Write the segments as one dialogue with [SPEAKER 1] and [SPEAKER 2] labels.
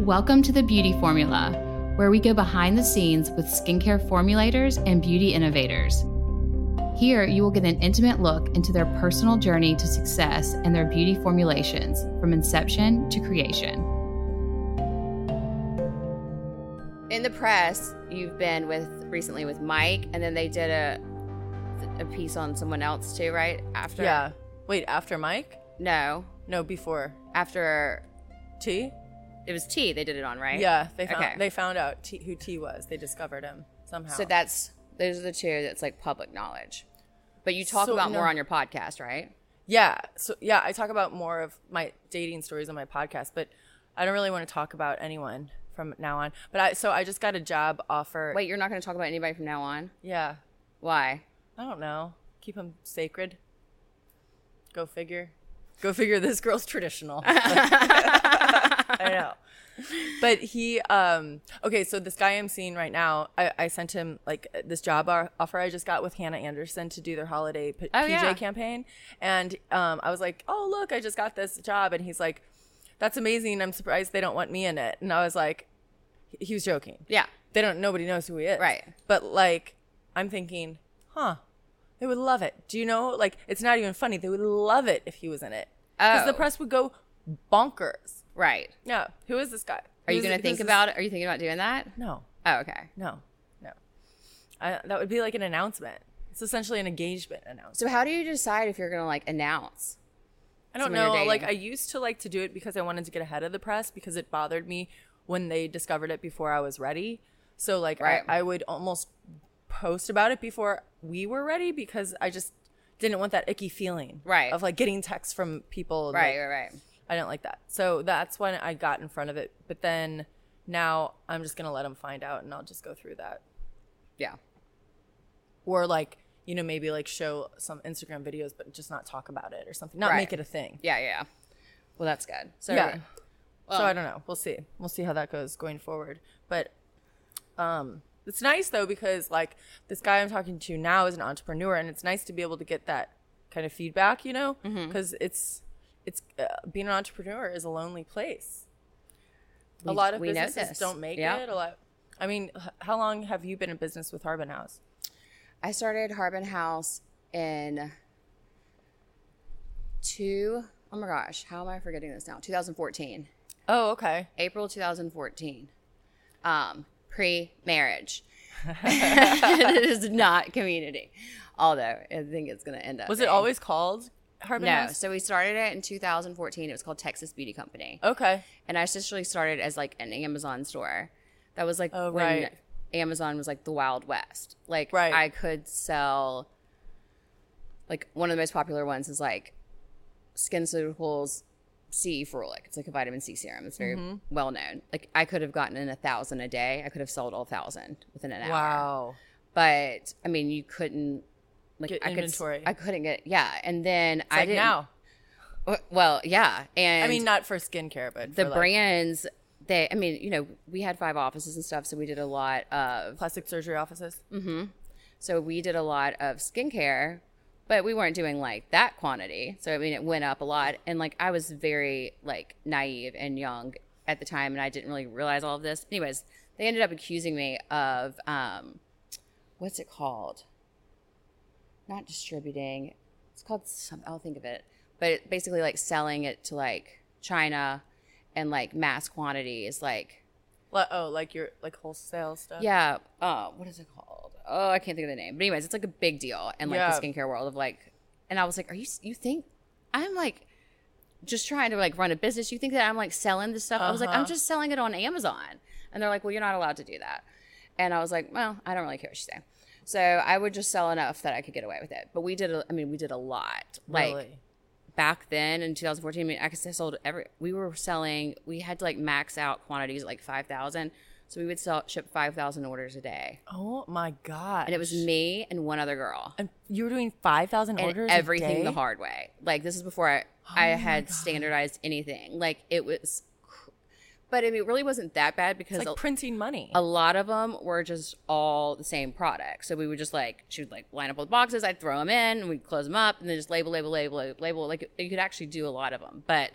[SPEAKER 1] Welcome to the Beauty Formula, where we go behind the scenes with skincare formulators and beauty innovators. Here, you will get an intimate look into their personal journey to success and their beauty formulations from inception to creation.
[SPEAKER 2] in the press you've been with recently with Mike, and then they did a a piece on someone else too, right? After
[SPEAKER 3] Yeah. Wait, after Mike?
[SPEAKER 2] no,
[SPEAKER 3] No, before
[SPEAKER 2] after
[SPEAKER 3] T.
[SPEAKER 2] it was T. They did it on right.
[SPEAKER 3] Yeah, they found
[SPEAKER 2] Okay.
[SPEAKER 3] they found out T, who T was. They discovered him somehow.
[SPEAKER 2] So that's those are the two that's like public knowledge. But you talk
[SPEAKER 3] So,
[SPEAKER 2] about
[SPEAKER 3] no.
[SPEAKER 2] more on your podcast, right?
[SPEAKER 3] yeah. So yeah, I talk about more of my dating stories on my podcast, but I don't really want to talk about anyone from now on. But I so I just got a job offer.
[SPEAKER 2] Wait, you're not going to talk about anybody from now on.
[SPEAKER 3] Yeah.
[SPEAKER 2] Why?
[SPEAKER 3] I don't know. Keep them sacred. Go figure. Go figure. This girl's traditional. I know. But he, um, okay, so this guy I'm seeing right now, I, I sent him like this job o- offer I just got with Hannah Anderson to do their holiday P-
[SPEAKER 2] Oh,
[SPEAKER 3] PJ
[SPEAKER 2] yeah.
[SPEAKER 3] campaign. And um, I was like, oh, look, I just got this job. And he's like, that's amazing. I'm surprised they don't want me in it. And I was like, he was joking
[SPEAKER 2] Yeah.
[SPEAKER 3] they don't nobody knows who he is
[SPEAKER 2] Right.
[SPEAKER 3] but like i'm thinking huh they would love it do you know like it's not even funny they would love it if he was in it because the
[SPEAKER 2] Oh.
[SPEAKER 3] press would go bonkers
[SPEAKER 2] Right.
[SPEAKER 3] yeah who is this guy
[SPEAKER 2] Are you
[SPEAKER 3] Who's-
[SPEAKER 2] going to think
[SPEAKER 3] who's this-
[SPEAKER 2] about it? Are you thinking about doing that?
[SPEAKER 3] no
[SPEAKER 2] Oh, okay.
[SPEAKER 3] no no I, that would be like an announcement it's essentially an engagement announcement
[SPEAKER 2] So how do you decide if you're going to like announce?
[SPEAKER 3] i don't
[SPEAKER 2] someone you're
[SPEAKER 3] know like
[SPEAKER 2] dating.
[SPEAKER 3] i used to like to do it because i wanted to get ahead of the press because it bothered me when they discovered it before i was ready so like
[SPEAKER 2] Right.
[SPEAKER 3] I, I would almost post about it before we were ready because I just didn't want that icky feeling
[SPEAKER 2] Right.
[SPEAKER 3] of like getting texts from people.
[SPEAKER 2] Right,
[SPEAKER 3] like,
[SPEAKER 2] right, right.
[SPEAKER 3] I didn't like that. So that's when I got in front of it. But then now I'm just gonna let them find out, and I'll just go through that,
[SPEAKER 2] Yeah.
[SPEAKER 3] or like you know maybe like show some Instagram videos, but just not talk about it or something, not
[SPEAKER 2] Right.
[SPEAKER 3] make it a thing.
[SPEAKER 2] Yeah, yeah. Well, that's good. So
[SPEAKER 3] Yeah.
[SPEAKER 2] well,
[SPEAKER 3] so I don't know. We'll see. We'll see how that goes going forward. But um it's nice though because like this guy I'm talking to now is an entrepreneur and it's nice to be able to get that kind of feedback, you know?
[SPEAKER 2] Mm-hmm.
[SPEAKER 3] Cuz it's it's uh, being an entrepreneur is a lonely place. a lot of
[SPEAKER 2] we know
[SPEAKER 3] businesses
[SPEAKER 2] this.
[SPEAKER 3] don't make
[SPEAKER 2] Yeah.
[SPEAKER 3] it. A lot I mean, h- how long have you been in business with Harbin House?
[SPEAKER 2] I started Harbin House in two, oh my gosh, how am I forgetting this now? 2014,
[SPEAKER 3] Oh, okay.
[SPEAKER 2] April 2014, um, pre marriage. it is not community, although I think it's going to end up.
[SPEAKER 3] Was it
[SPEAKER 2] being.
[SPEAKER 3] always called Harbin
[SPEAKER 2] No.
[SPEAKER 3] House?
[SPEAKER 2] So we started it in 2014. It was called Texas Beauty Company.
[SPEAKER 3] Okay.
[SPEAKER 2] And I essentially started as like an Amazon store. That was like
[SPEAKER 3] Oh,
[SPEAKER 2] when
[SPEAKER 3] right.
[SPEAKER 2] Amazon was like the Wild West. Like
[SPEAKER 3] Right.
[SPEAKER 2] I could sell like one of the most popular ones is like SkinCeuticals C Ferulic. It's like a vitamin C serum. It's very
[SPEAKER 3] Mm-hmm.
[SPEAKER 2] well known. Like I could have gotten in a thousand a day. I could have sold all thousand within an hour.
[SPEAKER 3] Wow.
[SPEAKER 2] But I mean, you couldn't like
[SPEAKER 3] Get
[SPEAKER 2] I could,
[SPEAKER 3] inventory.
[SPEAKER 2] I couldn't get yeah. And then I
[SPEAKER 3] like
[SPEAKER 2] didn't.
[SPEAKER 3] now.
[SPEAKER 2] Well, yeah. And
[SPEAKER 3] I mean, not for skincare, but
[SPEAKER 2] the
[SPEAKER 3] for, like,
[SPEAKER 2] brands they i mean you know we had five offices and stuff so we did a lot of
[SPEAKER 3] plastic surgery offices.
[SPEAKER 2] Mm-hmm. so we did a lot of skincare but we weren't doing like that quantity so i mean it went up a lot and like i was very like naive and young at the time and i didn't really realize all of this anyways they ended up accusing me of um what's it called not distributing it's called some i'll think of it but it, basically like selling it to like china and like mass quantities like
[SPEAKER 3] Like, oh, like your like wholesale stuff.
[SPEAKER 2] Yeah. Uh, what is it called? Oh, I can't think of the name. But anyways, it's like a big deal in like
[SPEAKER 3] Yeah.
[SPEAKER 2] the skincare world of like. And I was like, "Are you? s- You think I'm like just trying to like run a business? You think that I'm like selling this stuff?" I was like,
[SPEAKER 3] Uh-huh.
[SPEAKER 2] "I'm just selling it on Amazon." And they're like, "Well, you're not allowed to do that." And I was like, "Well, I don't really care what she's saying." So I would just sell enough that I could get away with it. But we did. A, I mean, we did a lot. Like
[SPEAKER 3] Really?
[SPEAKER 2] back then in 2014, I mean, I guess I sold every. We were selling. We had to like max out quantities at, like five thousand, so we would sell ship five thousand orders a day,
[SPEAKER 3] Oh my god!
[SPEAKER 2] and it was me and one other girl,
[SPEAKER 3] And you were doing five thousand
[SPEAKER 2] and
[SPEAKER 3] orders.
[SPEAKER 2] everything
[SPEAKER 3] a
[SPEAKER 2] the
[SPEAKER 3] day? Oh
[SPEAKER 2] hard way. Like this is before I I had standardized anything. Like it was, cr- but I mean, it really wasn't that bad because
[SPEAKER 3] It's like
[SPEAKER 2] a-
[SPEAKER 3] printing money.
[SPEAKER 2] a lot of them were just all the same product. So we would just like she would like line up all the boxes. I'd throw them in, and we'd close them up, and then just label, label, label, label. Like you could actually do a lot of them, but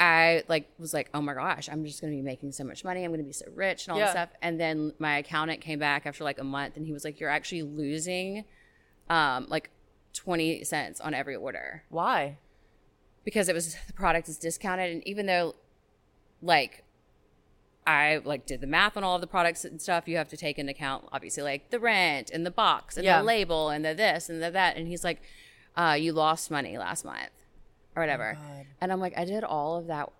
[SPEAKER 2] I like was like, oh my gosh, I'm just gonna be making so much money. I'm gonna be so rich and all
[SPEAKER 3] Yeah.
[SPEAKER 2] this stuff. And then my accountant came back after like a month and he was like, you're actually losing, um, like twenty cents on every order
[SPEAKER 3] Why?
[SPEAKER 2] because it was the product is discounted and even though like i like did the math on all of the products and stuff you have to take into account obviously like the rent and the box and
[SPEAKER 3] Yeah.
[SPEAKER 2] the label and the this and the that and he's like uh, you lost money last month or whatever
[SPEAKER 3] Oh, God.
[SPEAKER 2] and i'm like i did all of that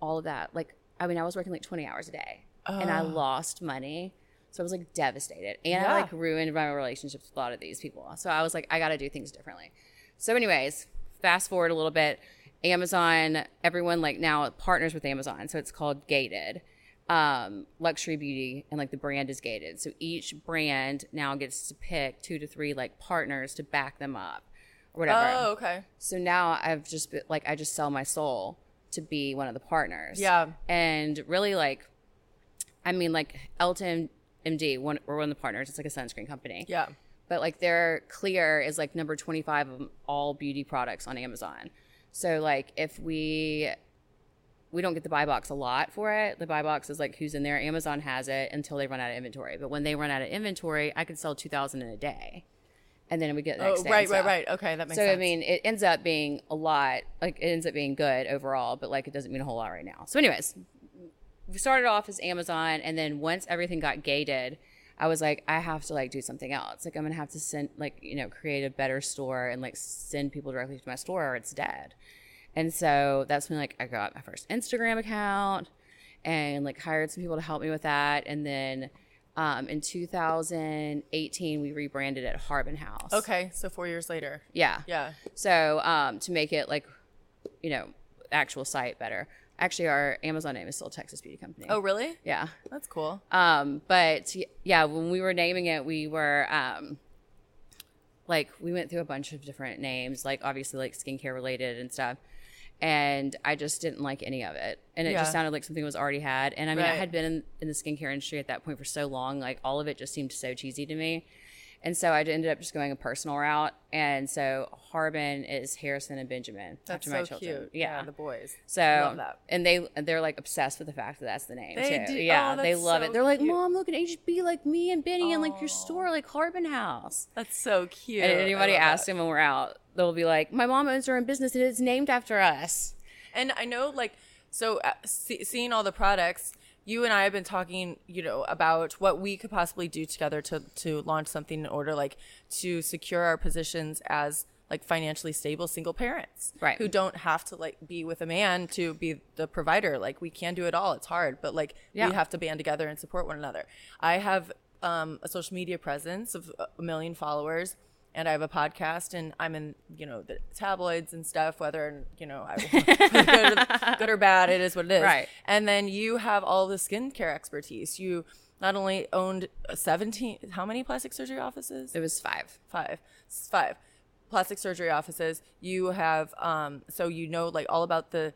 [SPEAKER 2] all of that like i mean i was working like 20 hours a day and i
[SPEAKER 3] Oh.
[SPEAKER 2] lost money so i was like devastated and
[SPEAKER 3] Yeah.
[SPEAKER 2] i like ruined my relationships with a lot of these people so i was like i gotta do things differently so, anyways, fast forward a little bit. Amazon, everyone like now partners with Amazon, so it's called Gated. Um, luxury beauty and like the brand is gated. So each brand now gets to pick two to three like partners to back them up or whatever.
[SPEAKER 3] Oh, okay.
[SPEAKER 2] So now I've just been, like I just sell my soul to be one of the partners.
[SPEAKER 3] Yeah.
[SPEAKER 2] And really like I mean like Elton MD, one we're one of the partners, it's like a sunscreen company
[SPEAKER 3] Yeah.
[SPEAKER 2] but like their clear is like number 25 of all beauty products on amazon so like if we we don't get the buy box a lot for it the buy box is like who's in there amazon has it until they run out of inventory but when they run out of inventory i could sell 2000 in a day and then we get the next
[SPEAKER 3] Oh,
[SPEAKER 2] day
[SPEAKER 3] right,
[SPEAKER 2] and
[SPEAKER 3] right,
[SPEAKER 2] stuff.
[SPEAKER 3] right. Okay, that makes
[SPEAKER 2] so
[SPEAKER 3] sense.
[SPEAKER 2] i mean it ends up being a lot like it ends up being good overall but like it doesn't mean a whole lot right now so anyways we started off as Amazon, and then once everything got gated, I was like, I have to like do something else. Like I'm gonna have to send like you know create a better store and like send people directly to my store, or it's dead. And so that's when like I got my first Instagram account and like hired some people to help me with that. And then um, in 2018, we rebranded at Harbin House.
[SPEAKER 3] okay, so four years later.
[SPEAKER 2] Yeah.
[SPEAKER 3] Yeah.
[SPEAKER 2] So um, to make it like, you know, actual site better. Actually, our Amazon name is still Texas Beauty Company.
[SPEAKER 3] Oh, really?
[SPEAKER 2] Yeah.
[SPEAKER 3] That's cool.
[SPEAKER 2] Um, but y- yeah, when we were naming it, we were um, like we went through a bunch of different names, like obviously like skincare related and stuff. And I just didn't like any of it, and it
[SPEAKER 3] Yeah.
[SPEAKER 2] just sounded like something was already had. And I mean, I
[SPEAKER 3] Right.
[SPEAKER 2] had been in, in the skincare industry at that point for so long, like all of it just seemed so cheesy to me. And so I ended up just going a personal route. And so Harbin is Harrison and Benjamin
[SPEAKER 3] That's
[SPEAKER 2] after my
[SPEAKER 3] so
[SPEAKER 2] children.
[SPEAKER 3] cute.
[SPEAKER 2] Yeah,
[SPEAKER 3] the boys.
[SPEAKER 2] so
[SPEAKER 3] Love that.
[SPEAKER 2] and they they're like obsessed with the fact that that's the name
[SPEAKER 3] They
[SPEAKER 2] too.
[SPEAKER 3] do-
[SPEAKER 2] Yeah,
[SPEAKER 3] oh,
[SPEAKER 2] they
[SPEAKER 3] that's
[SPEAKER 2] love
[SPEAKER 3] so
[SPEAKER 2] it. They're like,
[SPEAKER 3] cute.
[SPEAKER 2] Mom, look, it should be like me and Benny and like
[SPEAKER 3] Aw.
[SPEAKER 2] your store, like Harbin House.
[SPEAKER 3] That's so cute.
[SPEAKER 2] And
[SPEAKER 3] I
[SPEAKER 2] anybody
[SPEAKER 3] love
[SPEAKER 2] asks
[SPEAKER 3] that.
[SPEAKER 2] them when we're out, they'll be like, My mom owns her own business and it's named after us.
[SPEAKER 3] And I know, like, so uh, see, seeing all the products, you and I have been talking, you know, about what we could possibly do together to to launch something in order, like, to secure our positions as like financially stable single parents,
[SPEAKER 2] Right.
[SPEAKER 3] Who don't have to like be with a man to be the provider. Like, we can do it all. It's hard, but like,
[SPEAKER 2] Yeah.
[SPEAKER 3] we have to band together and support one another. I have um, a social media presence of a million followers. And I have a podcast, and I'm in, you know, the tabloids and stuff. Whether you know, I good, good or bad, it is what it is.
[SPEAKER 2] Right.
[SPEAKER 3] And then you have all the skincare expertise. You not only owned 17, how many plastic surgery offices?
[SPEAKER 2] It was five.
[SPEAKER 3] Five. It's Five. Plastic surgery offices. You have, um, so you know like all about the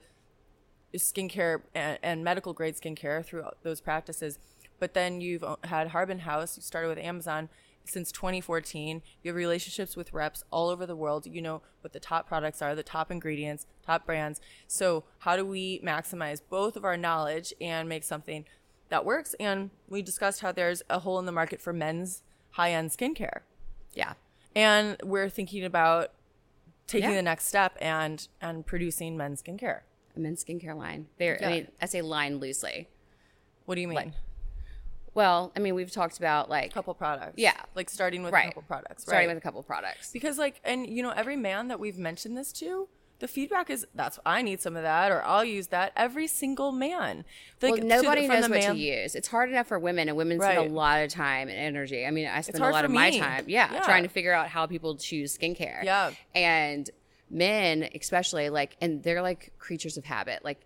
[SPEAKER 3] skincare and, and medical grade skincare through those practices. But then you've o- had Harbin House. You started with Amazon since 2014. You have relationships with reps all over the world. You know what the top products are, the top ingredients, top brands. So how do we maximize both of our knowledge and make something that works? And we discussed how there's a hole in the market for men's high-end skincare,
[SPEAKER 2] Yeah.
[SPEAKER 3] and we're thinking about taking
[SPEAKER 2] Yeah.
[SPEAKER 3] the next step and and producing men's skincare.
[SPEAKER 2] A men's skincare line. They're
[SPEAKER 3] Yeah.
[SPEAKER 2] I mean, I say line loosely.
[SPEAKER 3] What do you mean?
[SPEAKER 2] Well, I mean, we've talked about like
[SPEAKER 3] couple products.
[SPEAKER 2] Yeah.
[SPEAKER 3] Like starting with
[SPEAKER 2] Right.
[SPEAKER 3] a couple products.
[SPEAKER 2] starting
[SPEAKER 3] right.
[SPEAKER 2] with a couple products.
[SPEAKER 3] because like and you know, every man that we've mentioned this to, the feedback is that's I need some of that or I'll use that. Every single man. Like,
[SPEAKER 2] Well,
[SPEAKER 3] to the-
[SPEAKER 2] nobody
[SPEAKER 3] from
[SPEAKER 2] knows
[SPEAKER 3] the
[SPEAKER 2] what to
[SPEAKER 3] man-
[SPEAKER 2] use. It's hard enough for women, and women spend
[SPEAKER 3] Right.
[SPEAKER 2] a lot of time and energy. I mean, I spend a
[SPEAKER 3] hard
[SPEAKER 2] lot
[SPEAKER 3] for
[SPEAKER 2] of my
[SPEAKER 3] me.
[SPEAKER 2] time, yeah,
[SPEAKER 3] Yeah.
[SPEAKER 2] trying to figure out how people choose skincare.
[SPEAKER 3] Yeah.
[SPEAKER 2] and men especially, like, and they're like creatures of habit, like.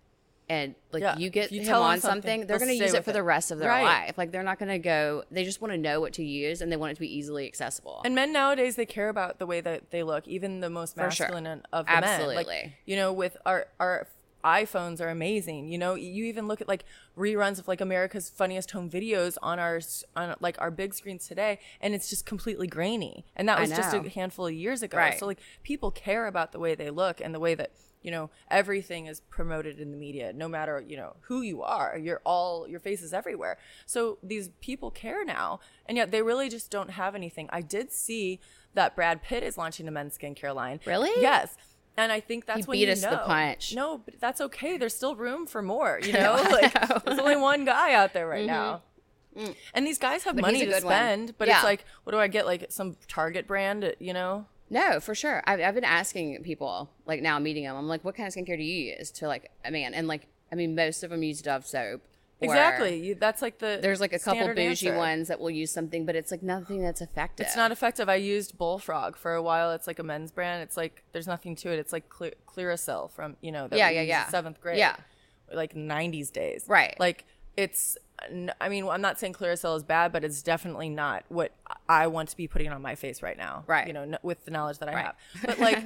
[SPEAKER 2] And like
[SPEAKER 3] Yeah.
[SPEAKER 2] you get
[SPEAKER 3] If you
[SPEAKER 2] him
[SPEAKER 3] tell 'em
[SPEAKER 2] on
[SPEAKER 3] something,
[SPEAKER 2] something, they're
[SPEAKER 3] they'll
[SPEAKER 2] going
[SPEAKER 3] stay
[SPEAKER 2] to use it
[SPEAKER 3] with
[SPEAKER 2] for
[SPEAKER 3] it.
[SPEAKER 2] the rest of their
[SPEAKER 3] Right.
[SPEAKER 2] life. Like they're not going to go. They just want to know what to use, and they want it to be easily accessible.
[SPEAKER 3] And men nowadays they care about the way that they look, even the most
[SPEAKER 2] sure.
[SPEAKER 3] masculine of the men. Like,
[SPEAKER 2] Absolutely.
[SPEAKER 3] you know, with our our iPhones are amazing. You know, you even look at like reruns of like America's Funniest Home Videos on our s- on like our big screens today, and it's just completely grainy. And that
[SPEAKER 2] I
[SPEAKER 3] was just a
[SPEAKER 2] know.
[SPEAKER 3] handful of years ago.
[SPEAKER 2] Right.
[SPEAKER 3] So like people care about the way they look and the way that you know everything is promoted in the media no matter you know who you are you're all your face is everywhere so these people care now and yet they really just don't have anything i did see that brad pitt is launching a men's skincare line
[SPEAKER 2] Really?
[SPEAKER 3] yes and i think that's when
[SPEAKER 2] beat
[SPEAKER 3] you
[SPEAKER 2] us to the
[SPEAKER 3] know.
[SPEAKER 2] punch.
[SPEAKER 3] no but that's okay there's still room for more you know like there's only one guy out there right now and these guys have
[SPEAKER 2] Mm-hmm. But he's
[SPEAKER 3] money
[SPEAKER 2] a
[SPEAKER 3] to
[SPEAKER 2] good one.
[SPEAKER 3] spend but
[SPEAKER 2] Yeah.
[SPEAKER 3] it's like what do i get like some target brand you know
[SPEAKER 2] No, for sure. I've, I've been asking people, like now meeting them, I'm like, what kind of skincare do you use? To like a man. And like, I mean, most of them use Dove soap. or
[SPEAKER 3] Exactly. You, that's like the
[SPEAKER 2] There's like a couple
[SPEAKER 3] standard
[SPEAKER 2] bougie
[SPEAKER 3] answer.
[SPEAKER 2] ones that will use something, but it's like nothing that's effective.
[SPEAKER 3] It's not effective. I used Bullfrog for a while. It's like a men's brand. It's like there's nothing to it. It's like Cle- Clearasil from you know that
[SPEAKER 2] Yeah,
[SPEAKER 3] we
[SPEAKER 2] yeah,
[SPEAKER 3] used
[SPEAKER 2] yeah.
[SPEAKER 3] in seventh grade.
[SPEAKER 2] Yeah.
[SPEAKER 3] like '90s days.
[SPEAKER 2] Right.
[SPEAKER 3] Like it's. n- I mean, I'm not saying Clearasil is bad, but it's definitely not what I want to be putting on my face right now.
[SPEAKER 2] Right.
[SPEAKER 3] You know, n- with the knowledge that I
[SPEAKER 2] Right.
[SPEAKER 3] have. But like,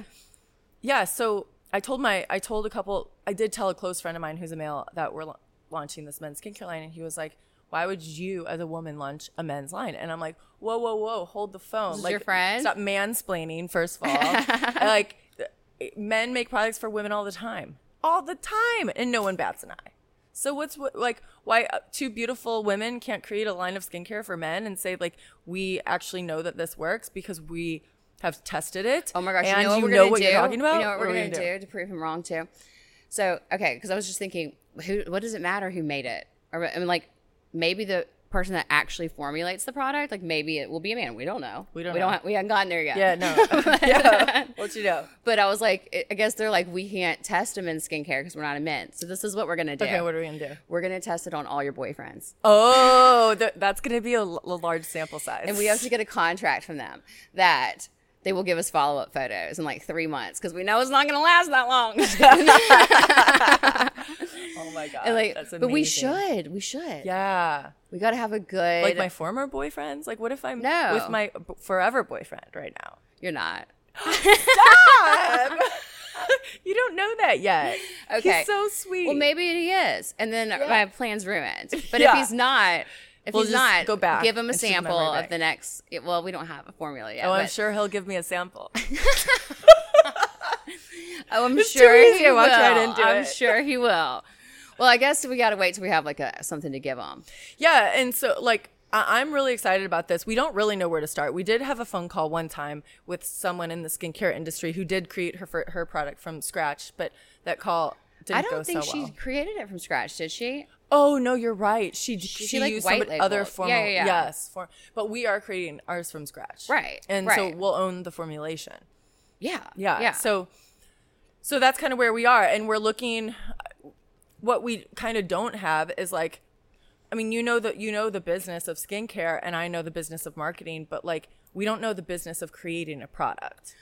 [SPEAKER 3] yeah. So I told my I told a couple. I did tell a close friend of mine who's a male that we're la- launching this men's skincare line, and he was like. Why would you, as a woman, launch a men's line? And I'm like, whoa, whoa, whoa, hold the phone.
[SPEAKER 2] is
[SPEAKER 3] like,
[SPEAKER 2] your friend?
[SPEAKER 3] stop mansplaining. First of all, I, like, th- men make products for women all the time, all the time, and no one bats an eye. So what's what like why uh, two beautiful women can't create a line of skincare for men and say like we actually know that this works because we have tested it.
[SPEAKER 2] Oh my gosh,
[SPEAKER 3] and
[SPEAKER 2] you know what we're
[SPEAKER 3] know
[SPEAKER 2] gonna
[SPEAKER 3] what
[SPEAKER 2] do?
[SPEAKER 3] you're talking about.
[SPEAKER 2] You know what we're
[SPEAKER 3] are we
[SPEAKER 2] gonna, do? to prove him wrong too. So okay, because I was just thinking, who? What does it matter who made it? Or I mean, like maybe the person that actually formulates the product, like maybe it will be a man. We don't know.
[SPEAKER 3] We don't
[SPEAKER 2] We
[SPEAKER 3] know.
[SPEAKER 2] don't. We haven't gotten there yet.
[SPEAKER 3] Yeah, no. yeah. What you know?
[SPEAKER 2] But I was like, I- I guess they're like, we can't test them in skincare because we're not a mint. So this is what we're gonna do.
[SPEAKER 3] Okay, what are we gonna do?
[SPEAKER 2] we're gonna test it on all your boyfriends,
[SPEAKER 3] Oh, th- that's gonna be a, l- a large sample size. Oh
[SPEAKER 2] and we have to get a contract from them that. They will give us follow up photos in like three months because we know it's not going to last that long.
[SPEAKER 3] Oh my god,
[SPEAKER 2] And, like,
[SPEAKER 3] that's amazing.
[SPEAKER 2] but we should, we should.
[SPEAKER 3] Yeah,
[SPEAKER 2] We got to have a good.
[SPEAKER 3] like my former boyfriends. Like, what if I'm
[SPEAKER 2] No.
[SPEAKER 3] with my b- forever boyfriend right now?
[SPEAKER 2] You're not.
[SPEAKER 3] You don't know that yet.
[SPEAKER 2] Okay.
[SPEAKER 3] he's so sweet.
[SPEAKER 2] Well, maybe he is, and then my plan's ruined. But
[SPEAKER 3] Yeah.
[SPEAKER 2] if he's not, if
[SPEAKER 3] We'll
[SPEAKER 2] he's
[SPEAKER 3] just
[SPEAKER 2] not,
[SPEAKER 3] go back
[SPEAKER 2] Give him a
[SPEAKER 3] and shoot him
[SPEAKER 2] sample
[SPEAKER 3] right
[SPEAKER 2] of
[SPEAKER 3] back.
[SPEAKER 2] the next. it- Well, we don't have a formula yet.
[SPEAKER 3] Oh, I'm
[SPEAKER 2] but-
[SPEAKER 3] sure he'll give me a sample.
[SPEAKER 2] Oh, I'm
[SPEAKER 3] too
[SPEAKER 2] sure
[SPEAKER 3] easy.
[SPEAKER 2] he
[SPEAKER 3] I
[SPEAKER 2] will.
[SPEAKER 3] walked right into
[SPEAKER 2] I'm
[SPEAKER 3] it.
[SPEAKER 2] sure he will. Well, I guess we got to wait till we have like a something to give him.
[SPEAKER 3] yeah, and so like I- I'm really excited about this. We don't really know where to start. We did have a phone call one time with someone in the skincare industry who did create her fir- her product from scratch, but that call didn't
[SPEAKER 2] I
[SPEAKER 3] go
[SPEAKER 2] don't think
[SPEAKER 3] so
[SPEAKER 2] she
[SPEAKER 3] well.
[SPEAKER 2] created it from scratch, did she?
[SPEAKER 3] Oh no, you're right. She she,
[SPEAKER 2] like,
[SPEAKER 3] used
[SPEAKER 2] white
[SPEAKER 3] some other
[SPEAKER 2] labeled. Yeah,
[SPEAKER 3] formal.
[SPEAKER 2] yeah, yeah.
[SPEAKER 3] Yes, for, but we are creating ours from scratch.
[SPEAKER 2] Right,
[SPEAKER 3] and so
[SPEAKER 2] right.
[SPEAKER 3] we'll own the formulation.
[SPEAKER 2] Yeah.
[SPEAKER 3] Yeah.
[SPEAKER 2] Yeah.
[SPEAKER 3] So so that's kind of where we are and we're looking what we kind of don't have is like I mean, you know that you know the business of skincare and I know the business of marketing, but like we don't know the business of creating a product.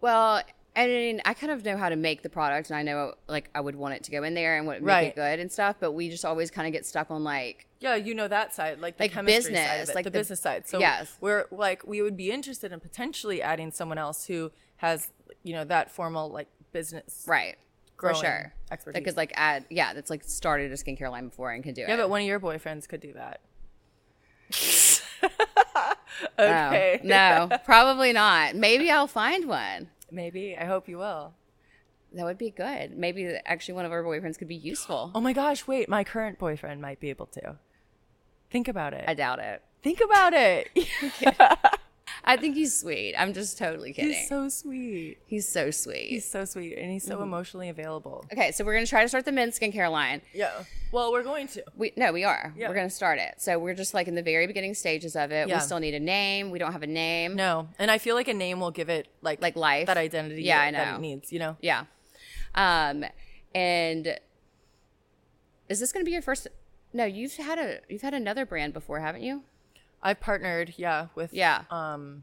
[SPEAKER 2] Well, I mean, I kind of know how to make the product, and I know like I would want it to go in there and what make
[SPEAKER 3] Right.
[SPEAKER 2] it good and stuff. But we just always kind of get stuck on like,
[SPEAKER 3] Yeah, you know that side, like the
[SPEAKER 2] Like
[SPEAKER 3] chemistry side, of
[SPEAKER 2] business,
[SPEAKER 3] it,
[SPEAKER 2] like
[SPEAKER 3] the,
[SPEAKER 2] the-
[SPEAKER 3] business side. So
[SPEAKER 2] yes.
[SPEAKER 3] we're like we would be interested in potentially adding someone else who has, you know, that formal like business.
[SPEAKER 2] right, for
[SPEAKER 3] Growing
[SPEAKER 2] sure,
[SPEAKER 3] expertise.
[SPEAKER 2] Because like, add yeah, that's like started a skincare line before and can do
[SPEAKER 3] Yeah,
[SPEAKER 2] it.
[SPEAKER 3] but one of your boyfriends could do that.
[SPEAKER 2] No.
[SPEAKER 3] okay.
[SPEAKER 2] no, probably not. Maybe I'll find one.
[SPEAKER 3] Maybe. I hope you will.
[SPEAKER 2] That would be good. Maybe actually one of our boyfriends could be useful.
[SPEAKER 3] Oh my gosh, wait, my current boyfriend might be able to. Think about it.
[SPEAKER 2] I doubt it.
[SPEAKER 3] Think about it.
[SPEAKER 2] I think he's sweet. I'm just totally kidding.
[SPEAKER 3] He's so sweet.
[SPEAKER 2] sweet.
[SPEAKER 3] He's so sweet and he's so emotionally available.
[SPEAKER 2] okay, so we're gonna try to start the men's skincare line.
[SPEAKER 3] Yeah. Well, we're going to.
[SPEAKER 2] We no, we are.
[SPEAKER 3] Yeah.
[SPEAKER 2] We're gonna start it. So we're just like in the very beginning stages of it.
[SPEAKER 3] Yeah.
[SPEAKER 2] We still need a name. We don't have a name.
[SPEAKER 3] No. And I feel like a name will give it like
[SPEAKER 2] Like life.
[SPEAKER 3] that identity
[SPEAKER 2] Yeah, I
[SPEAKER 3] that
[SPEAKER 2] know.
[SPEAKER 3] it needs, you know.
[SPEAKER 2] Yeah. Um, and is this gonna be your first? No, you've had a you've had another brand before, haven't you?
[SPEAKER 3] I've partnered, yeah, with
[SPEAKER 2] Yeah.
[SPEAKER 3] um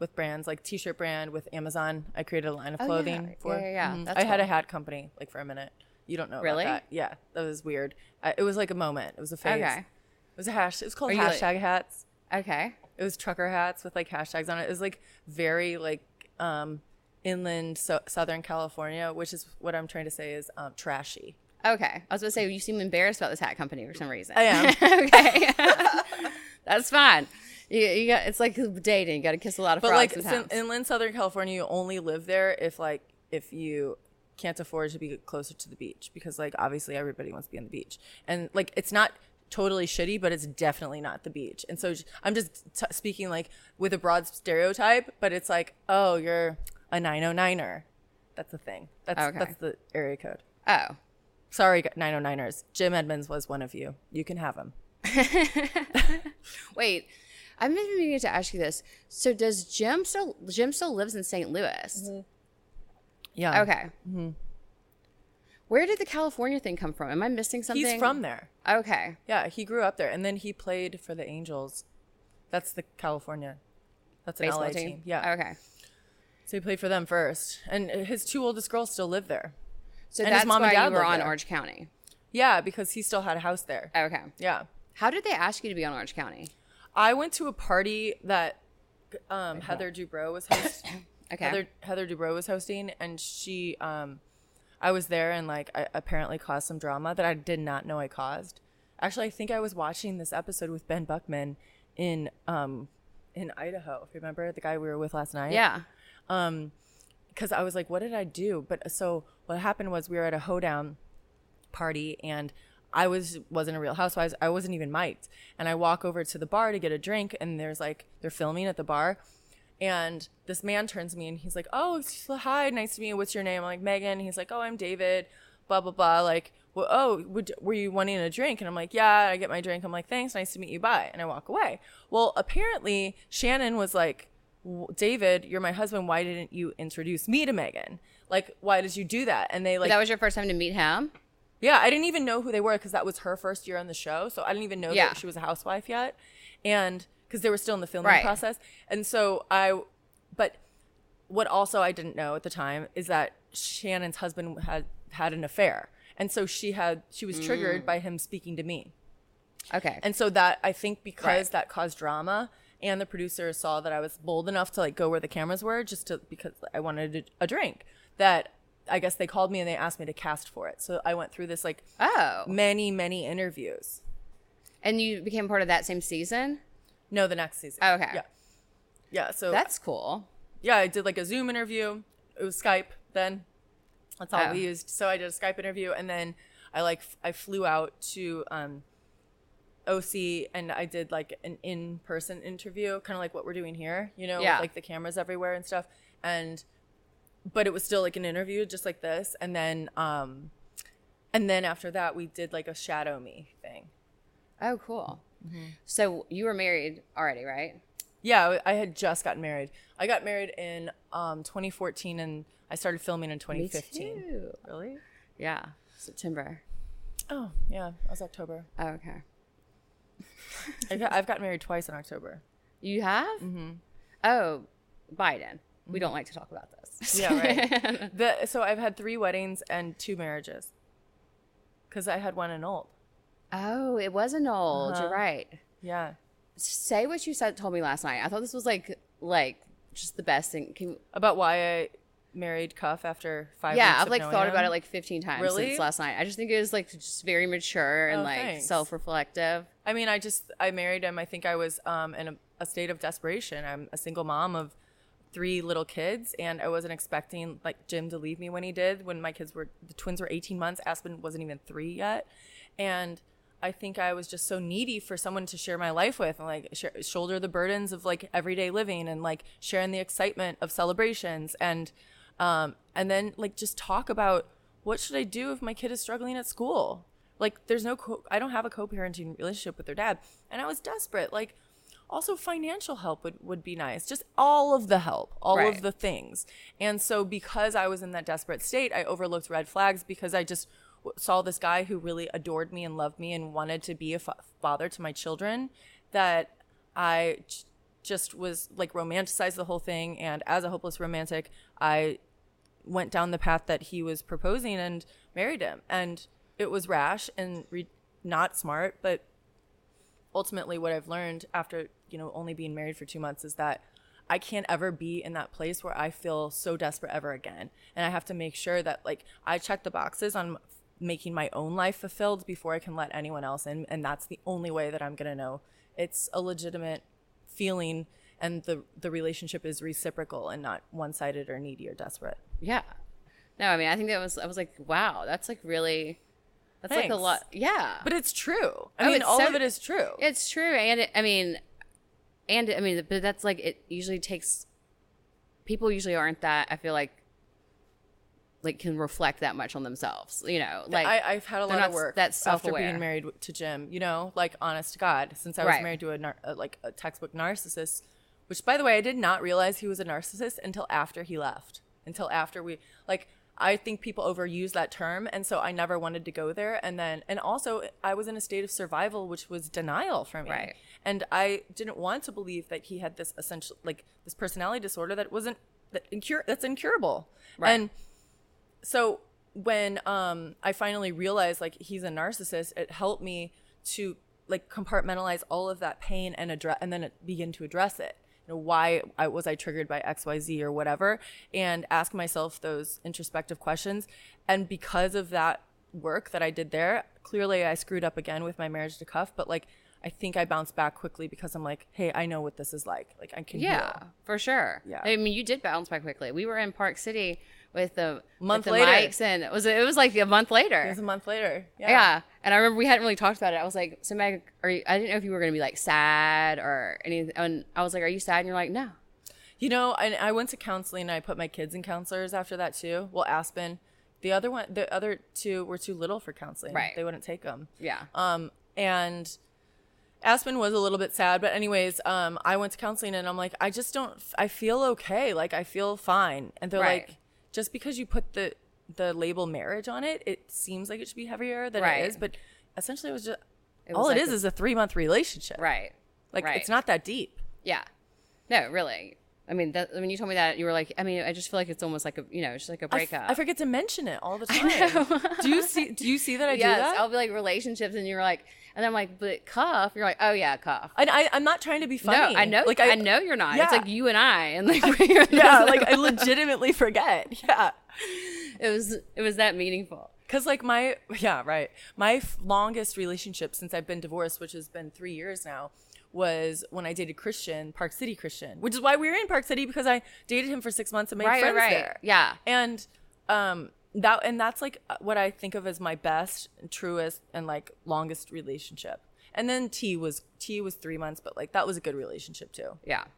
[SPEAKER 3] with brands like t-shirt brand with Amazon. I created a line of
[SPEAKER 2] Oh, yeah.
[SPEAKER 3] clothing
[SPEAKER 2] Yeah,
[SPEAKER 3] for.
[SPEAKER 2] yeah, yeah.
[SPEAKER 3] Mhm.
[SPEAKER 2] That's
[SPEAKER 3] I had a
[SPEAKER 2] cool.
[SPEAKER 3] hat company like for a minute. You don't know
[SPEAKER 2] Really?
[SPEAKER 3] about that. Yeah, that was weird. I, it was like a moment. It was a phase.
[SPEAKER 2] Okay.
[SPEAKER 3] It was a hash. It was called
[SPEAKER 2] Are you, like-
[SPEAKER 3] hashtag hats.
[SPEAKER 2] Okay.
[SPEAKER 3] It was trucker hats with like hashtags on it. It was like very like um inland so- Southern California, which is what I'm trying to say is um, trashy.
[SPEAKER 2] Okay. I was going to say, you seem embarrassed about this hat company for some reason.
[SPEAKER 3] I am.
[SPEAKER 2] okay. That's fine. You, you got, it's like dating. You got to kiss a lot of
[SPEAKER 3] But
[SPEAKER 2] frogs
[SPEAKER 3] like in,
[SPEAKER 2] sometimes.
[SPEAKER 3] inland Southern California, you only live there if like if you can't afford to be closer to the beach because like obviously everybody wants to be on the beach and like it's not totally shitty but it's definitely not the beach and so j- i'm just t- speaking like with a broad stereotype but it's like oh you're a 909er that's the thing that's
[SPEAKER 2] Okay.
[SPEAKER 3] that's the area code
[SPEAKER 2] oh.
[SPEAKER 3] sorry gu- 909ers jim edmonds was one of you you can have him
[SPEAKER 2] Wait. I've been meaning to ask you this. So does Jim still, Jim still lives in St. Louis?
[SPEAKER 3] Mm-hmm. yeah
[SPEAKER 2] Okay.
[SPEAKER 3] Mm-hmm.
[SPEAKER 2] Where did the California thing come from? Am I missing something?
[SPEAKER 3] he's from there
[SPEAKER 2] Okay.
[SPEAKER 3] Yeah, he grew up there, and then he played for the Angels. That's the California. That's an
[SPEAKER 2] Baseball
[SPEAKER 3] LA
[SPEAKER 2] team.
[SPEAKER 3] team. Yeah,
[SPEAKER 2] Okay.
[SPEAKER 3] so he played for them first, and his two oldest girls still live there.
[SPEAKER 2] So
[SPEAKER 3] And his
[SPEAKER 2] that's
[SPEAKER 3] mom and
[SPEAKER 2] why
[SPEAKER 3] dad
[SPEAKER 2] you were
[SPEAKER 3] live
[SPEAKER 2] on
[SPEAKER 3] there.
[SPEAKER 2] Orange County.
[SPEAKER 3] Yeah, because he still had a house there.
[SPEAKER 2] Okay.
[SPEAKER 3] Yeah,
[SPEAKER 2] How did they ask you to be on Orange County?
[SPEAKER 3] I went to a party that um, Heather Dubrow was host.
[SPEAKER 2] Okay.
[SPEAKER 3] Heather Heather Dubrow was hosting, and she, um, I was there, and like I apparently caused some drama that I did not know I caused. Actually, I think I was watching this episode with Ben Buckman in um, in Idaho. Remember the guy we were with last night?
[SPEAKER 2] yeah.
[SPEAKER 3] because I was like, what did I do? But so what happened was we were at a hoedown party and I was wasn't a real housewives. I wasn't even mic'd. And I walk over to the bar to get a drink and there's like they're filming at the bar. And this man turns to me and he's like, Oh, s- hi, nice to meet you. What's your name? I'm like, Megan. He's like, Oh, I'm David. Blah, blah, blah. Like, well, oh, would, were you wanting a drink? And I'm like, Yeah, I get my drink. I'm like, Thanks. Nice to meet you. Bye. And I walk away. Well, apparently, Shannon was like, "W- David, you're my husband. Why didn't you introduce me to Megan? Like, why did you do that? And they like,
[SPEAKER 2] that was your first time to meet him?
[SPEAKER 3] yeah, I didn't even know who they were because that was her first year on the show, so I didn't even know
[SPEAKER 2] Yeah.
[SPEAKER 3] that she was a housewife yet, and because they were still in the filming
[SPEAKER 2] Right.
[SPEAKER 3] process, and so I, but what also I didn't know at the time is that Shannon's husband had had an affair, and so she had she was
[SPEAKER 2] Mm.
[SPEAKER 3] triggered by him speaking to me.
[SPEAKER 2] Okay.
[SPEAKER 3] And so that I think because
[SPEAKER 2] Right.
[SPEAKER 3] that caused drama and the producer saw that I was bold enough to like go where the cameras were just to because I wanted a drink that I guess they called me and they asked me to cast for it. So I went through this like
[SPEAKER 2] oh.
[SPEAKER 3] many many interviews.
[SPEAKER 2] And you became part of that same season?
[SPEAKER 3] No, the next season.
[SPEAKER 2] Oh, Okay.
[SPEAKER 3] Yeah. Yeah, so
[SPEAKER 2] That's cool.
[SPEAKER 3] yeah, I did like a Zoom interview. It was Skype then. That's all
[SPEAKER 2] Oh.
[SPEAKER 3] we used. So I did a Skype interview, and then I like f- I flew out to um, OC, and I did like an in-person interview, kind of like what we're doing here, you know, with,
[SPEAKER 2] Yeah.
[SPEAKER 3] like the cameras everywhere and stuff. And but it was still like an interview, just like this. And then um, and then after that, we did like a shadow me thing.
[SPEAKER 2] Oh, cool.
[SPEAKER 3] Mm-hmm.
[SPEAKER 2] So you were married already, right?
[SPEAKER 3] Yeah, I I had just gotten married. I got married in um 2014, and I started filming in 2015.
[SPEAKER 2] Me too.
[SPEAKER 3] Really?
[SPEAKER 2] Yeah. September.
[SPEAKER 3] Oh, yeah. That was October.
[SPEAKER 2] Oh, okay.
[SPEAKER 3] I got, I've gotten married twice in October.
[SPEAKER 2] You have? Mm-hmm. Oh, Biden. We don't like to talk about this.
[SPEAKER 3] Mm-hmm. Yeah, right. the, so I've had three weddings and two marriages. Because I had one annulled.
[SPEAKER 2] oh, it was annulled. You're
[SPEAKER 3] Uh-huh.
[SPEAKER 2] right.
[SPEAKER 3] Yeah.
[SPEAKER 2] Say what you said told me last night. I thought this was like like just the best thing. Can,
[SPEAKER 3] About why I married Cuff after five
[SPEAKER 2] yeah,
[SPEAKER 3] weeks
[SPEAKER 2] I've
[SPEAKER 3] of
[SPEAKER 2] like
[SPEAKER 3] knowing
[SPEAKER 2] thought
[SPEAKER 3] him.
[SPEAKER 2] about it like 15 times
[SPEAKER 3] Really?
[SPEAKER 2] since last night. I just think it was like just very mature and
[SPEAKER 3] Oh,
[SPEAKER 2] like
[SPEAKER 3] thanks.
[SPEAKER 2] self-reflective.
[SPEAKER 3] I mean, I just, I married him. I think I was um, in a, a state of desperation. I'm a single mom of three little kids, and I wasn't expecting like Jim to leave me when he did. When my kids were, the twins were 18 months, Aspen wasn't even three yet. And I think I was just so needy for someone to share my life with and like share, shoulder the burdens of like everyday living and like sharing the excitement of celebrations and, um, and then like just talk about what should I do if my kid is struggling at school? Like, there's no, co- I don't have a co parenting relationship with their dad. And I was desperate. Like, also financial help would, would be nice. Just all of the help, all
[SPEAKER 2] Right.
[SPEAKER 3] of the things. And so, because I was in that desperate state, I overlooked red flags because I just w- saw this guy who really adored me and loved me and wanted to be a fa- father to my children that I j- just was like romanticized the whole thing. And as a hopeless romantic, I went down the path that he was proposing and married him. And it was rash and re- not smart, but ultimately what I've learned after, you know, only being married for 2 months is that I can't ever be in that place where I feel so desperate ever again. And I have to make sure that like I check the boxes on f- making my own life fulfilled before I can let anyone else in. And that's the only way that I'm going to know it's a legitimate feeling and the, the relationship is reciprocal and not one sided or needy or desperate.
[SPEAKER 2] Yeah. No, I mean, I think that was, I was like, wow, that's like really, that's like a
[SPEAKER 3] Thanks.
[SPEAKER 2] lot. Yeah.
[SPEAKER 3] But it's true. I
[SPEAKER 2] Oh,
[SPEAKER 3] mean,
[SPEAKER 2] it's
[SPEAKER 3] all
[SPEAKER 2] so-
[SPEAKER 3] of it is true.
[SPEAKER 2] It's true, and it, I mean, and I mean, but that's like it usually takes. People usually aren't that. I feel like, like can reflect that much on themselves. You know, like
[SPEAKER 3] I, I've had a
[SPEAKER 2] they're
[SPEAKER 3] lot
[SPEAKER 2] not
[SPEAKER 3] of
[SPEAKER 2] s-
[SPEAKER 3] work
[SPEAKER 2] that
[SPEAKER 3] after
[SPEAKER 2] self-aware.
[SPEAKER 3] being married to Jim. You know, like honest to God, since I was
[SPEAKER 2] Right.
[SPEAKER 3] married to a, nar- a like a textbook narcissist, which by the way, I did not realize he was a narcissist until after he left. Until after we like, I think people overuse that term, and so I never wanted to go there. And then, and also, I was in a state of survival, which was denial for me.
[SPEAKER 2] Right.
[SPEAKER 3] And I didn't want to believe that he had this essential, like this personality disorder that wasn't that incur- that's incurable.
[SPEAKER 2] Right.
[SPEAKER 3] And so when um i finally realized like he's a narcissist it helped me to like compartmentalize all of that pain and address and then begin to address it you know why I, was i triggered by xyz or whatever and ask myself those introspective questions and because of that work that i did there clearly i screwed up again with my marriage to cuff but like i think i bounced back quickly because i'm like hey i know what this is like like i can
[SPEAKER 2] yeah,
[SPEAKER 3] heal.
[SPEAKER 2] for sure.
[SPEAKER 3] Yeah.
[SPEAKER 2] I mean, you did bounce back quickly. We were in Park City with the
[SPEAKER 3] Month
[SPEAKER 2] with the
[SPEAKER 3] later.
[SPEAKER 2] mics, and it was it was like a month later.
[SPEAKER 3] it was a month later
[SPEAKER 2] Yeah. And I remember we hadn't really talked about it. I was like, so Meg, are you, I didn't know if you were going to be like sad or anything. And I was like, are you sad? And you're like, no.
[SPEAKER 3] You know, and I went to counseling and I put my kids in counselors after that too. Well, Aspen, the other one, the other two were too little for counseling.
[SPEAKER 2] Right.
[SPEAKER 3] They wouldn't take them.
[SPEAKER 2] Yeah.
[SPEAKER 3] Um, and Aspen was a little bit sad, but anyways, um, I went to counseling and I'm like, I just don't, I feel okay. Like I feel fine. And they're
[SPEAKER 2] Right.
[SPEAKER 3] like, just because you put the, the label marriage on it, it seems like it should be heavier than
[SPEAKER 2] Right.
[SPEAKER 3] it is. But essentially it was just,
[SPEAKER 2] It
[SPEAKER 3] all
[SPEAKER 2] was
[SPEAKER 3] it
[SPEAKER 2] like
[SPEAKER 3] is
[SPEAKER 2] a-
[SPEAKER 3] is a three month relationship.
[SPEAKER 2] right.
[SPEAKER 3] Like
[SPEAKER 2] right.
[SPEAKER 3] it's not that deep.
[SPEAKER 2] Yeah. No, really. I mean, that, when you told me that, you were like, I mean, I just feel like it's almost like a, you know, it's just like a
[SPEAKER 3] I f-
[SPEAKER 2] breakup.
[SPEAKER 3] I forget to mention it all the time. do you see? Do you see that I do
[SPEAKER 2] yes,
[SPEAKER 3] that?
[SPEAKER 2] I'll be like relationships, and you're like, and I'm like, but cuff. You're like, oh yeah, cuff.
[SPEAKER 3] and I, I'm not trying to be funny.
[SPEAKER 2] No, I know.
[SPEAKER 3] Like
[SPEAKER 2] I, know you're not. It's
[SPEAKER 3] Yeah.
[SPEAKER 2] like you and I, and like we're
[SPEAKER 3] Yeah, like I legitimately forget. Yeah,
[SPEAKER 2] it was it was that meaningful.
[SPEAKER 3] because like my yeah right. My f- longest relationship since I've been divorced, which has been three years now, was when I dated Christian, Park City Christian, which is why we were in Park City because I dated him for six months and made
[SPEAKER 2] Right, right,
[SPEAKER 3] friends
[SPEAKER 2] right.
[SPEAKER 3] there.
[SPEAKER 2] Yeah.
[SPEAKER 3] and um that and that's like what I think of as my best, truest, and like longest relationship. And then T was T was three months, but like that was a good relationship too.
[SPEAKER 2] Yeah.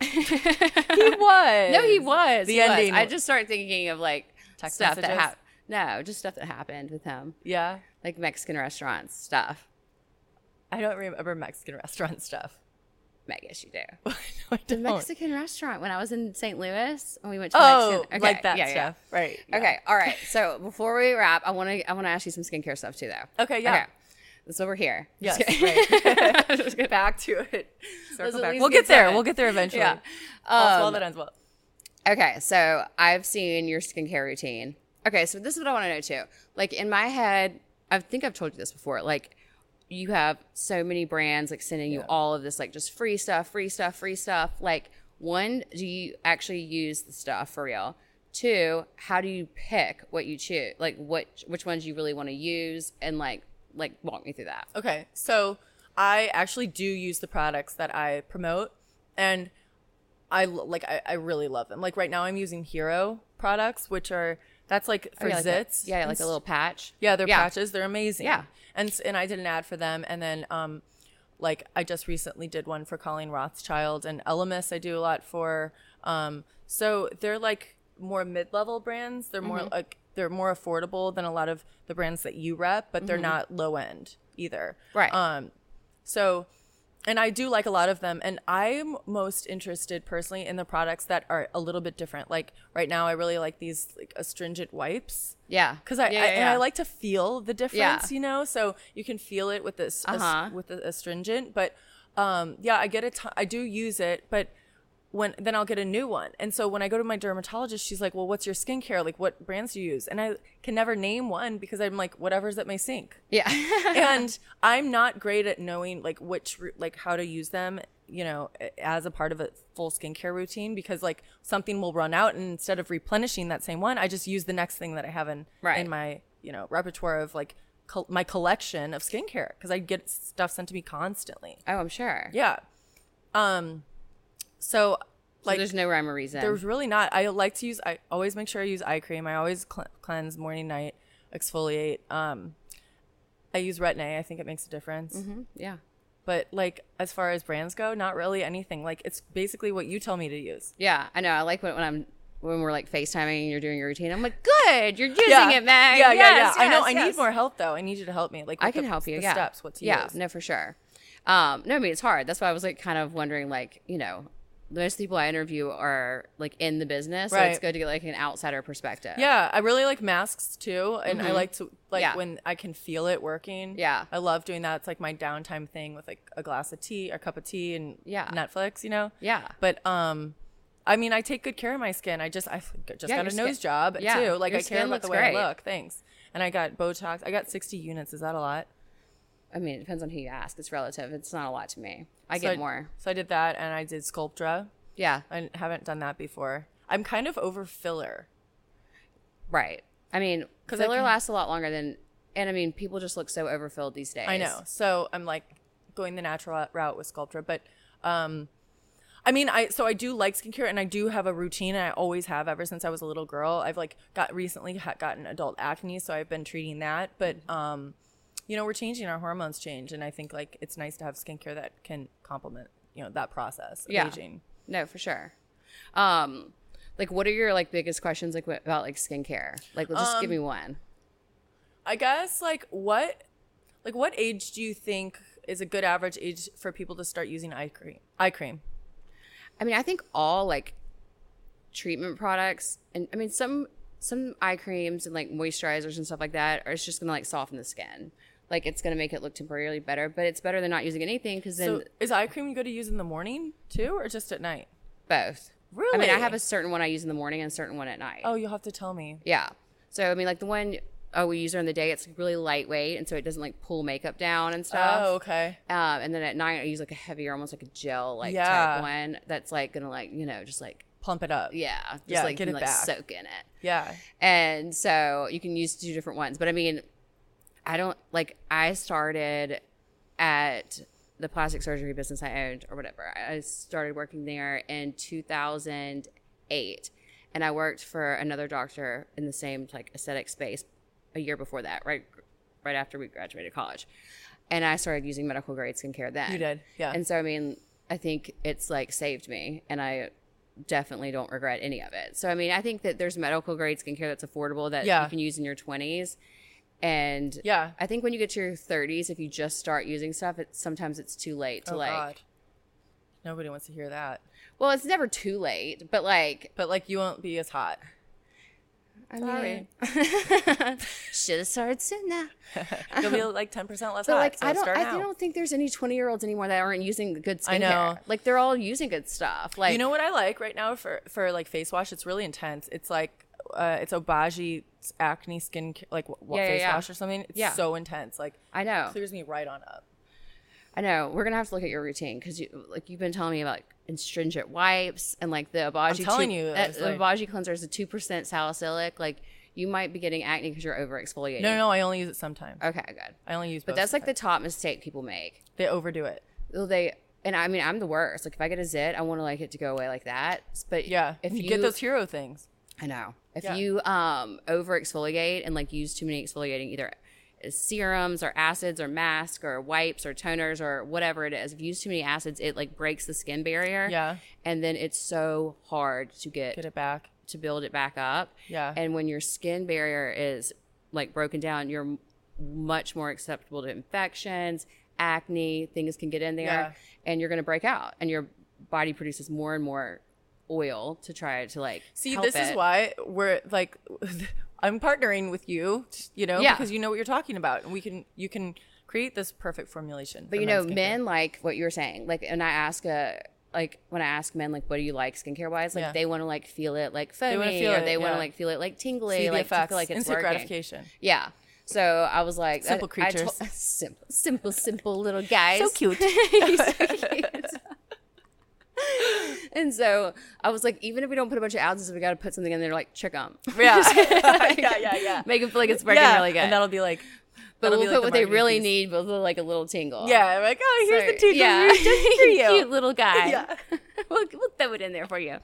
[SPEAKER 3] He was.
[SPEAKER 2] No, he was.
[SPEAKER 3] The
[SPEAKER 2] he
[SPEAKER 3] ending-
[SPEAKER 2] Was. I just started thinking of like
[SPEAKER 3] Text
[SPEAKER 2] stuff that
[SPEAKER 3] messages?
[SPEAKER 2] happened. No, just stuff that happened with him,
[SPEAKER 3] Yeah,
[SPEAKER 2] like Mexican restaurants stuff.
[SPEAKER 3] I don't remember Mexican restaurant stuff.
[SPEAKER 2] I guess you do.
[SPEAKER 3] no, I
[SPEAKER 2] The
[SPEAKER 3] don't.
[SPEAKER 2] Mexican restaurant when I was in St. Louis when we went to
[SPEAKER 3] oh,
[SPEAKER 2] Mexican.
[SPEAKER 3] like that
[SPEAKER 2] yeah, yeah.
[SPEAKER 3] stuff, right? yeah.
[SPEAKER 2] Okay, all right. So before we wrap, I want to I want to ask you some skincare stuff too, though.
[SPEAKER 3] Okay, yeah.
[SPEAKER 2] That's over here.
[SPEAKER 3] Yes,
[SPEAKER 2] Just kidding.
[SPEAKER 3] right.
[SPEAKER 2] Just kidding.
[SPEAKER 3] Back to it.
[SPEAKER 2] Let's
[SPEAKER 3] Circle
[SPEAKER 2] at
[SPEAKER 3] back.
[SPEAKER 2] least
[SPEAKER 3] We'll get there.
[SPEAKER 2] to it.
[SPEAKER 3] We'll get there eventually.
[SPEAKER 2] Yeah.
[SPEAKER 3] All's well
[SPEAKER 2] Um,
[SPEAKER 3] that ends well.
[SPEAKER 2] Okay, so I've seen your skincare routine. Okay, so this is what I want to know too. Like in my head, I think I've told you this before. Like you have so many brands like sending you all of this like just free stuff, free stuff, free stuff. Like one, do you actually use the stuff for real? Two, how do you pick what you choose? Like what which ones you really want to use and like like walk me through that.
[SPEAKER 3] Okay. So I actually do use the products that I promote and I l- like I, I really love them. Like right now I'm using Hero products, which are that's like for
[SPEAKER 2] Oh, yeah, like a-
[SPEAKER 3] zits.
[SPEAKER 2] yeah,
[SPEAKER 3] and
[SPEAKER 2] like a
[SPEAKER 3] s-
[SPEAKER 2] little patch.
[SPEAKER 3] Yeah, they're patches. They're amazing.
[SPEAKER 2] Yeah.
[SPEAKER 3] And s- and I did an ad for them and then um like I just recently did one for Colleen Rothschild and Elemis I do a lot for um so they're like more mid-level brands. They're
[SPEAKER 2] Mm-hmm.
[SPEAKER 3] more like they're more affordable than a lot of the brands that you rep, but they're not low end either.
[SPEAKER 2] Mm-hmm. Right.
[SPEAKER 3] Um so, and I do like a lot of them. And I'm most interested personally in the products that are a little bit different. Like right now, I really like these like astringent wipes
[SPEAKER 2] Yeah.
[SPEAKER 3] because I,
[SPEAKER 2] Yeah,
[SPEAKER 3] I
[SPEAKER 2] yeah,
[SPEAKER 3] and
[SPEAKER 2] yeah.
[SPEAKER 3] I like to feel the difference.
[SPEAKER 2] Yeah.
[SPEAKER 3] You know, so you can feel it with this as-
[SPEAKER 2] Uh-huh.
[SPEAKER 3] with the astringent. But um, yeah, I get a ton. I do use it, but when then I'll get a new one. And so when I go to my dermatologist, she's like, "Well, what's your skincare? Like, what brands do you use?" And I can never name one because I'm like, whatever's at my sink.
[SPEAKER 2] Yeah.
[SPEAKER 3] and I'm not great at knowing like which ru- like how to use them, you know, as a part of a full skincare routine because like something will run out and instead of replenishing that same one, I just use the next thing that I have in
[SPEAKER 2] Right.
[SPEAKER 3] in my, you know, repertoire of like col- my collection of skincare because I get stuff sent to me constantly.
[SPEAKER 2] oh, I'm sure.
[SPEAKER 3] Yeah. Um so
[SPEAKER 2] So
[SPEAKER 3] like
[SPEAKER 2] there's no rhyme or reason.
[SPEAKER 3] there's really not. I like to use. I always make sure I use eye cream. I always cl- cleanse morning, night, exfoliate. Um, I use Retin A. I think it makes a difference.
[SPEAKER 2] Mhm, Yeah.
[SPEAKER 3] But like as far as brands go, not really anything. Like it's basically what you tell me to use.
[SPEAKER 2] Yeah. I know. I like when, when I'm when we're like FaceTiming and you're doing your routine. I'm like, good, you're using it, Meg.
[SPEAKER 3] Yeah, yeah,
[SPEAKER 2] Yes,
[SPEAKER 3] yeah. I know.
[SPEAKER 2] yes,
[SPEAKER 3] I
[SPEAKER 2] yes."
[SPEAKER 3] need more help though. I need you to help me. Like
[SPEAKER 2] I
[SPEAKER 3] with
[SPEAKER 2] can
[SPEAKER 3] the-
[SPEAKER 2] help you.
[SPEAKER 3] The
[SPEAKER 2] yeah.
[SPEAKER 3] Steps. What to
[SPEAKER 2] yeah.
[SPEAKER 3] use.
[SPEAKER 2] No, for sure. Um, no, I mean it's hard. That's why I was like kind of wondering, like you know, most of the people I interview are like in the business, so it's
[SPEAKER 3] Right.
[SPEAKER 2] good to get like an outsider perspective.
[SPEAKER 3] Yeah, I really like masks too, and I like to like
[SPEAKER 2] Mm-hmm. Yeah.
[SPEAKER 3] when I can feel it working.
[SPEAKER 2] Yeah.
[SPEAKER 3] I love doing that. It's like my downtime thing with like a glass of tea, or a cup of tea, and
[SPEAKER 2] Yeah.
[SPEAKER 3] Netflix. You know.
[SPEAKER 2] Yeah.
[SPEAKER 3] But um, I mean, I take good care of my skin. I just I f- just got
[SPEAKER 2] Yeah, your
[SPEAKER 3] a
[SPEAKER 2] skin-
[SPEAKER 3] nose job
[SPEAKER 2] yeah,
[SPEAKER 3] too. Like
[SPEAKER 2] your
[SPEAKER 3] I care
[SPEAKER 2] skin
[SPEAKER 3] about the
[SPEAKER 2] looks
[SPEAKER 3] way
[SPEAKER 2] great.
[SPEAKER 3] I look. Thanks. And I got Botox. I got sixty units. Is that a lot?
[SPEAKER 2] I mean, it depends on who you ask. It's relative. It's not a lot to me. I
[SPEAKER 3] so
[SPEAKER 2] get more.
[SPEAKER 3] So I did that, and I did Sculptra.
[SPEAKER 2] Yeah.
[SPEAKER 3] I haven't done that before. I'm kind of over filler.
[SPEAKER 2] Right. I mean,
[SPEAKER 3] 'Cause I
[SPEAKER 2] filler
[SPEAKER 3] can-
[SPEAKER 2] lasts a lot longer than, and I mean, people just look so overfilled these days.
[SPEAKER 3] I know. So I'm like going the natural route with Sculptra, but um I mean, I so I do like skincare and I do have a routine and I always have ever since I was a little girl. I've like got recently ha- gotten adult acne, so I've been treating that, but um you know, we're changing our hormones change and I think like it's nice to have skincare that can complement, you know, that process of
[SPEAKER 2] Yeah.
[SPEAKER 3] aging.
[SPEAKER 2] No, for sure. Um, like, what are your like biggest questions like wh- about like skincare? Like, just give
[SPEAKER 3] Um,
[SPEAKER 2] me one.
[SPEAKER 3] I guess like what like what age do you think is a good average age for people to start using eye cream? Eye cream.
[SPEAKER 2] I mean, I think all like treatment products, and I mean some some eye creams and like moisturizers and stuff like that, are it's just gonna like soften the skin. Like it's gonna make it look temporarily better, but it's better than not using anything because then
[SPEAKER 3] So is eye cream good to use in the morning too, or just at night?
[SPEAKER 2] both. I mean, I
[SPEAKER 3] Really?
[SPEAKER 2] have a certain one I use in the morning and a certain one at night.
[SPEAKER 3] Oh, you'll have to tell me.
[SPEAKER 2] Yeah. So I mean, like the one oh, we use during the day, it's really lightweight, and so it doesn't like pull makeup down and stuff.
[SPEAKER 3] Oh, okay.
[SPEAKER 2] Um, and then at night, I use like a heavier, almost like a gel like
[SPEAKER 3] Yeah.
[SPEAKER 2] type one that's like gonna like you know just like
[SPEAKER 3] Plump it up.
[SPEAKER 2] yeah just
[SPEAKER 3] Yeah,
[SPEAKER 2] like
[SPEAKER 3] get
[SPEAKER 2] can,
[SPEAKER 3] it
[SPEAKER 2] like
[SPEAKER 3] back.
[SPEAKER 2] soak in it.
[SPEAKER 3] Yeah.
[SPEAKER 2] And so you can use two different ones. But I mean, I don't like I started at the plastic surgery business I owned or whatever. I started working there in 2008 and I worked for another doctor in the same like aesthetic space a year before that, right right after we graduated college. And I started using medical grade skincare then.
[SPEAKER 3] You did, yeah.
[SPEAKER 2] And so I mean, I think it's like saved me and I definitely don't regret any of it. So I mean, I think that there's medical grade skincare that's affordable that
[SPEAKER 3] Yeah.
[SPEAKER 2] you can use in your 20s and
[SPEAKER 3] Yeah.
[SPEAKER 2] I think when you get to your 30s, if you just start using stuff, it's sometimes it's too late to
[SPEAKER 3] Oh
[SPEAKER 2] like.
[SPEAKER 3] God. Nobody wants to hear that.
[SPEAKER 2] Well, it's never too late, but like,
[SPEAKER 3] But like, you won't be as hot.
[SPEAKER 2] I
[SPEAKER 3] Sorry.
[SPEAKER 2] should have started sooner.
[SPEAKER 3] You'll be like ten percent less
[SPEAKER 2] But
[SPEAKER 3] hot.
[SPEAKER 2] like,
[SPEAKER 3] so
[SPEAKER 2] I don't,
[SPEAKER 3] Start
[SPEAKER 2] I
[SPEAKER 3] now.
[SPEAKER 2] don't think there's any 20 year olds anymore that aren't using the good skincare.
[SPEAKER 3] I know.
[SPEAKER 2] Like they're all using good stuff. Like
[SPEAKER 3] you know what I like right now for for like face wash? It's really intense. It's like uh, it's Obagi acne skin ca- like w-
[SPEAKER 2] Yeah, yeah,
[SPEAKER 3] face
[SPEAKER 2] yeah.
[SPEAKER 3] wash or something. It's
[SPEAKER 2] Yeah. Oh.
[SPEAKER 3] so intense. Like
[SPEAKER 2] I know,
[SPEAKER 3] clears me right on up.
[SPEAKER 2] I know. We're gonna have to look at your routine because you, like, you've been telling me about like, astringent wipes and like the Abaji.
[SPEAKER 3] telling you, I
[SPEAKER 2] that,
[SPEAKER 3] was
[SPEAKER 2] the
[SPEAKER 3] like-
[SPEAKER 2] Abaji cleanser is a two percent salicylic. Like, you might be getting acne because you're over exfoliating.
[SPEAKER 3] No, no, no, I only use it sometimes.
[SPEAKER 2] Okay, good.
[SPEAKER 3] I only use.
[SPEAKER 2] Oh. But that's like the top mistake people make.
[SPEAKER 3] they overdo it.
[SPEAKER 2] Well, They and I mean I'm the worst. Like if I get a zit, I want to like it to go away like that. But
[SPEAKER 3] Yeah.
[SPEAKER 2] if you,
[SPEAKER 3] get those hero things.
[SPEAKER 2] I know. If
[SPEAKER 3] Yeah.
[SPEAKER 2] you um over exfoliate and like use too many exfoliating either uh, serums or acids or masks or wipes or toners or whatever it is, if you use too many acids, it like breaks the skin barrier.
[SPEAKER 3] Yeah.
[SPEAKER 2] And then it's so hard to get,
[SPEAKER 3] Get it back.
[SPEAKER 2] to build it back up.
[SPEAKER 3] Yeah.
[SPEAKER 2] And when your skin barrier is like broken down, you're m- much more acceptable to infections, acne, things can get in there
[SPEAKER 3] Yeah.
[SPEAKER 2] and you're going to break out and your body produces more and more oil to try to like
[SPEAKER 3] See,
[SPEAKER 2] help
[SPEAKER 3] this is
[SPEAKER 2] it.
[SPEAKER 3] why we're like, I'm partnering with you, you know,
[SPEAKER 2] Yeah.
[SPEAKER 3] because you know what you're talking about, and we can you can create this perfect formulation.
[SPEAKER 2] But
[SPEAKER 3] for
[SPEAKER 2] you know,
[SPEAKER 3] men's skincare.
[SPEAKER 2] men like what you were saying. Like, and I ask a like when I ask men like what do you like skincare wise, like
[SPEAKER 3] Yeah.
[SPEAKER 2] they want to like feel it like
[SPEAKER 3] wanna
[SPEAKER 2] foamy
[SPEAKER 3] feel
[SPEAKER 2] or
[SPEAKER 3] it,
[SPEAKER 2] they want
[SPEAKER 3] yeah.
[SPEAKER 2] to like feel it like tingly,
[SPEAKER 3] See the
[SPEAKER 2] like to
[SPEAKER 3] effects.
[SPEAKER 2] feel like it's
[SPEAKER 3] Instant
[SPEAKER 2] working.
[SPEAKER 3] gratification.
[SPEAKER 2] Yeah. So I was like, that-
[SPEAKER 3] Simple
[SPEAKER 2] I to-
[SPEAKER 3] creatures.
[SPEAKER 2] simple, simple, simple little guys.
[SPEAKER 3] So cute.
[SPEAKER 2] He's so cute. and so I was like, even if we don't put a bunch of ounces, we got to put something in there, like trick them.
[SPEAKER 3] Yeah. yeah, yeah, yeah.
[SPEAKER 2] Make them feel like it's working really good.
[SPEAKER 3] And that'll be like,
[SPEAKER 2] but
[SPEAKER 3] that'll
[SPEAKER 2] we'll
[SPEAKER 3] be like the
[SPEAKER 2] put what they
[SPEAKER 3] marketing
[SPEAKER 2] really
[SPEAKER 3] piece.
[SPEAKER 2] need, but with, like a little tingle.
[SPEAKER 3] Yeah, like oh, here's the
[SPEAKER 2] So,
[SPEAKER 3] two yeah. just for you.
[SPEAKER 2] Cute little guy.
[SPEAKER 3] Yeah.
[SPEAKER 2] we'll, we'll throw it in there for you.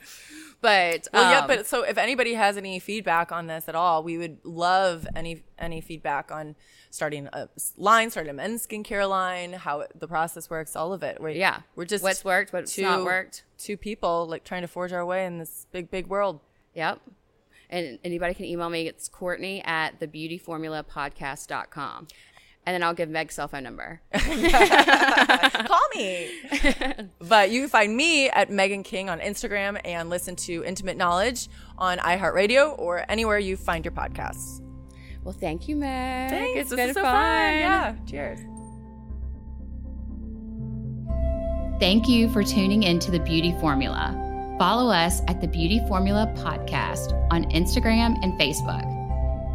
[SPEAKER 2] But
[SPEAKER 3] Well, yeah,
[SPEAKER 2] um,
[SPEAKER 3] but so if anybody has any feedback on this at all, we would love any any feedback on starting a s- line, starting a men's skincare line, how it- the process works, all of it. We're,
[SPEAKER 2] yeah,
[SPEAKER 3] we're just
[SPEAKER 2] what's worked, what's not worked.
[SPEAKER 3] Two people like trying to forge our way in this big, big world.
[SPEAKER 2] Yep. And anybody can email me. It's Courtney at thebeautyformulapodcast.com. And then I'll give Meg's cell phone number.
[SPEAKER 3] Call me. but you can find me at Megan King on Instagram and listen to Intimate Knowledge on iHeartRadio or anywhere you find your podcasts.
[SPEAKER 2] well, thank you, Meg.
[SPEAKER 3] Thanks.
[SPEAKER 2] It's
[SPEAKER 3] this
[SPEAKER 2] been
[SPEAKER 3] is so
[SPEAKER 2] fun.
[SPEAKER 3] fun. Yeah. Cheers.
[SPEAKER 1] Thank you for tuning in to The Beauty Formula. Follow us at The Beauty Formula Podcast on Instagram and Facebook.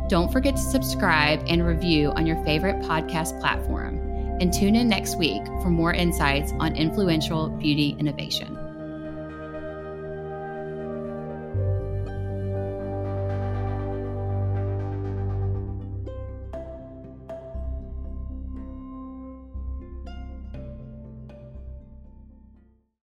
[SPEAKER 1] Don't forget to subscribe and review on your favorite podcast platform. And tune in next week for more insights on influential beauty innovation.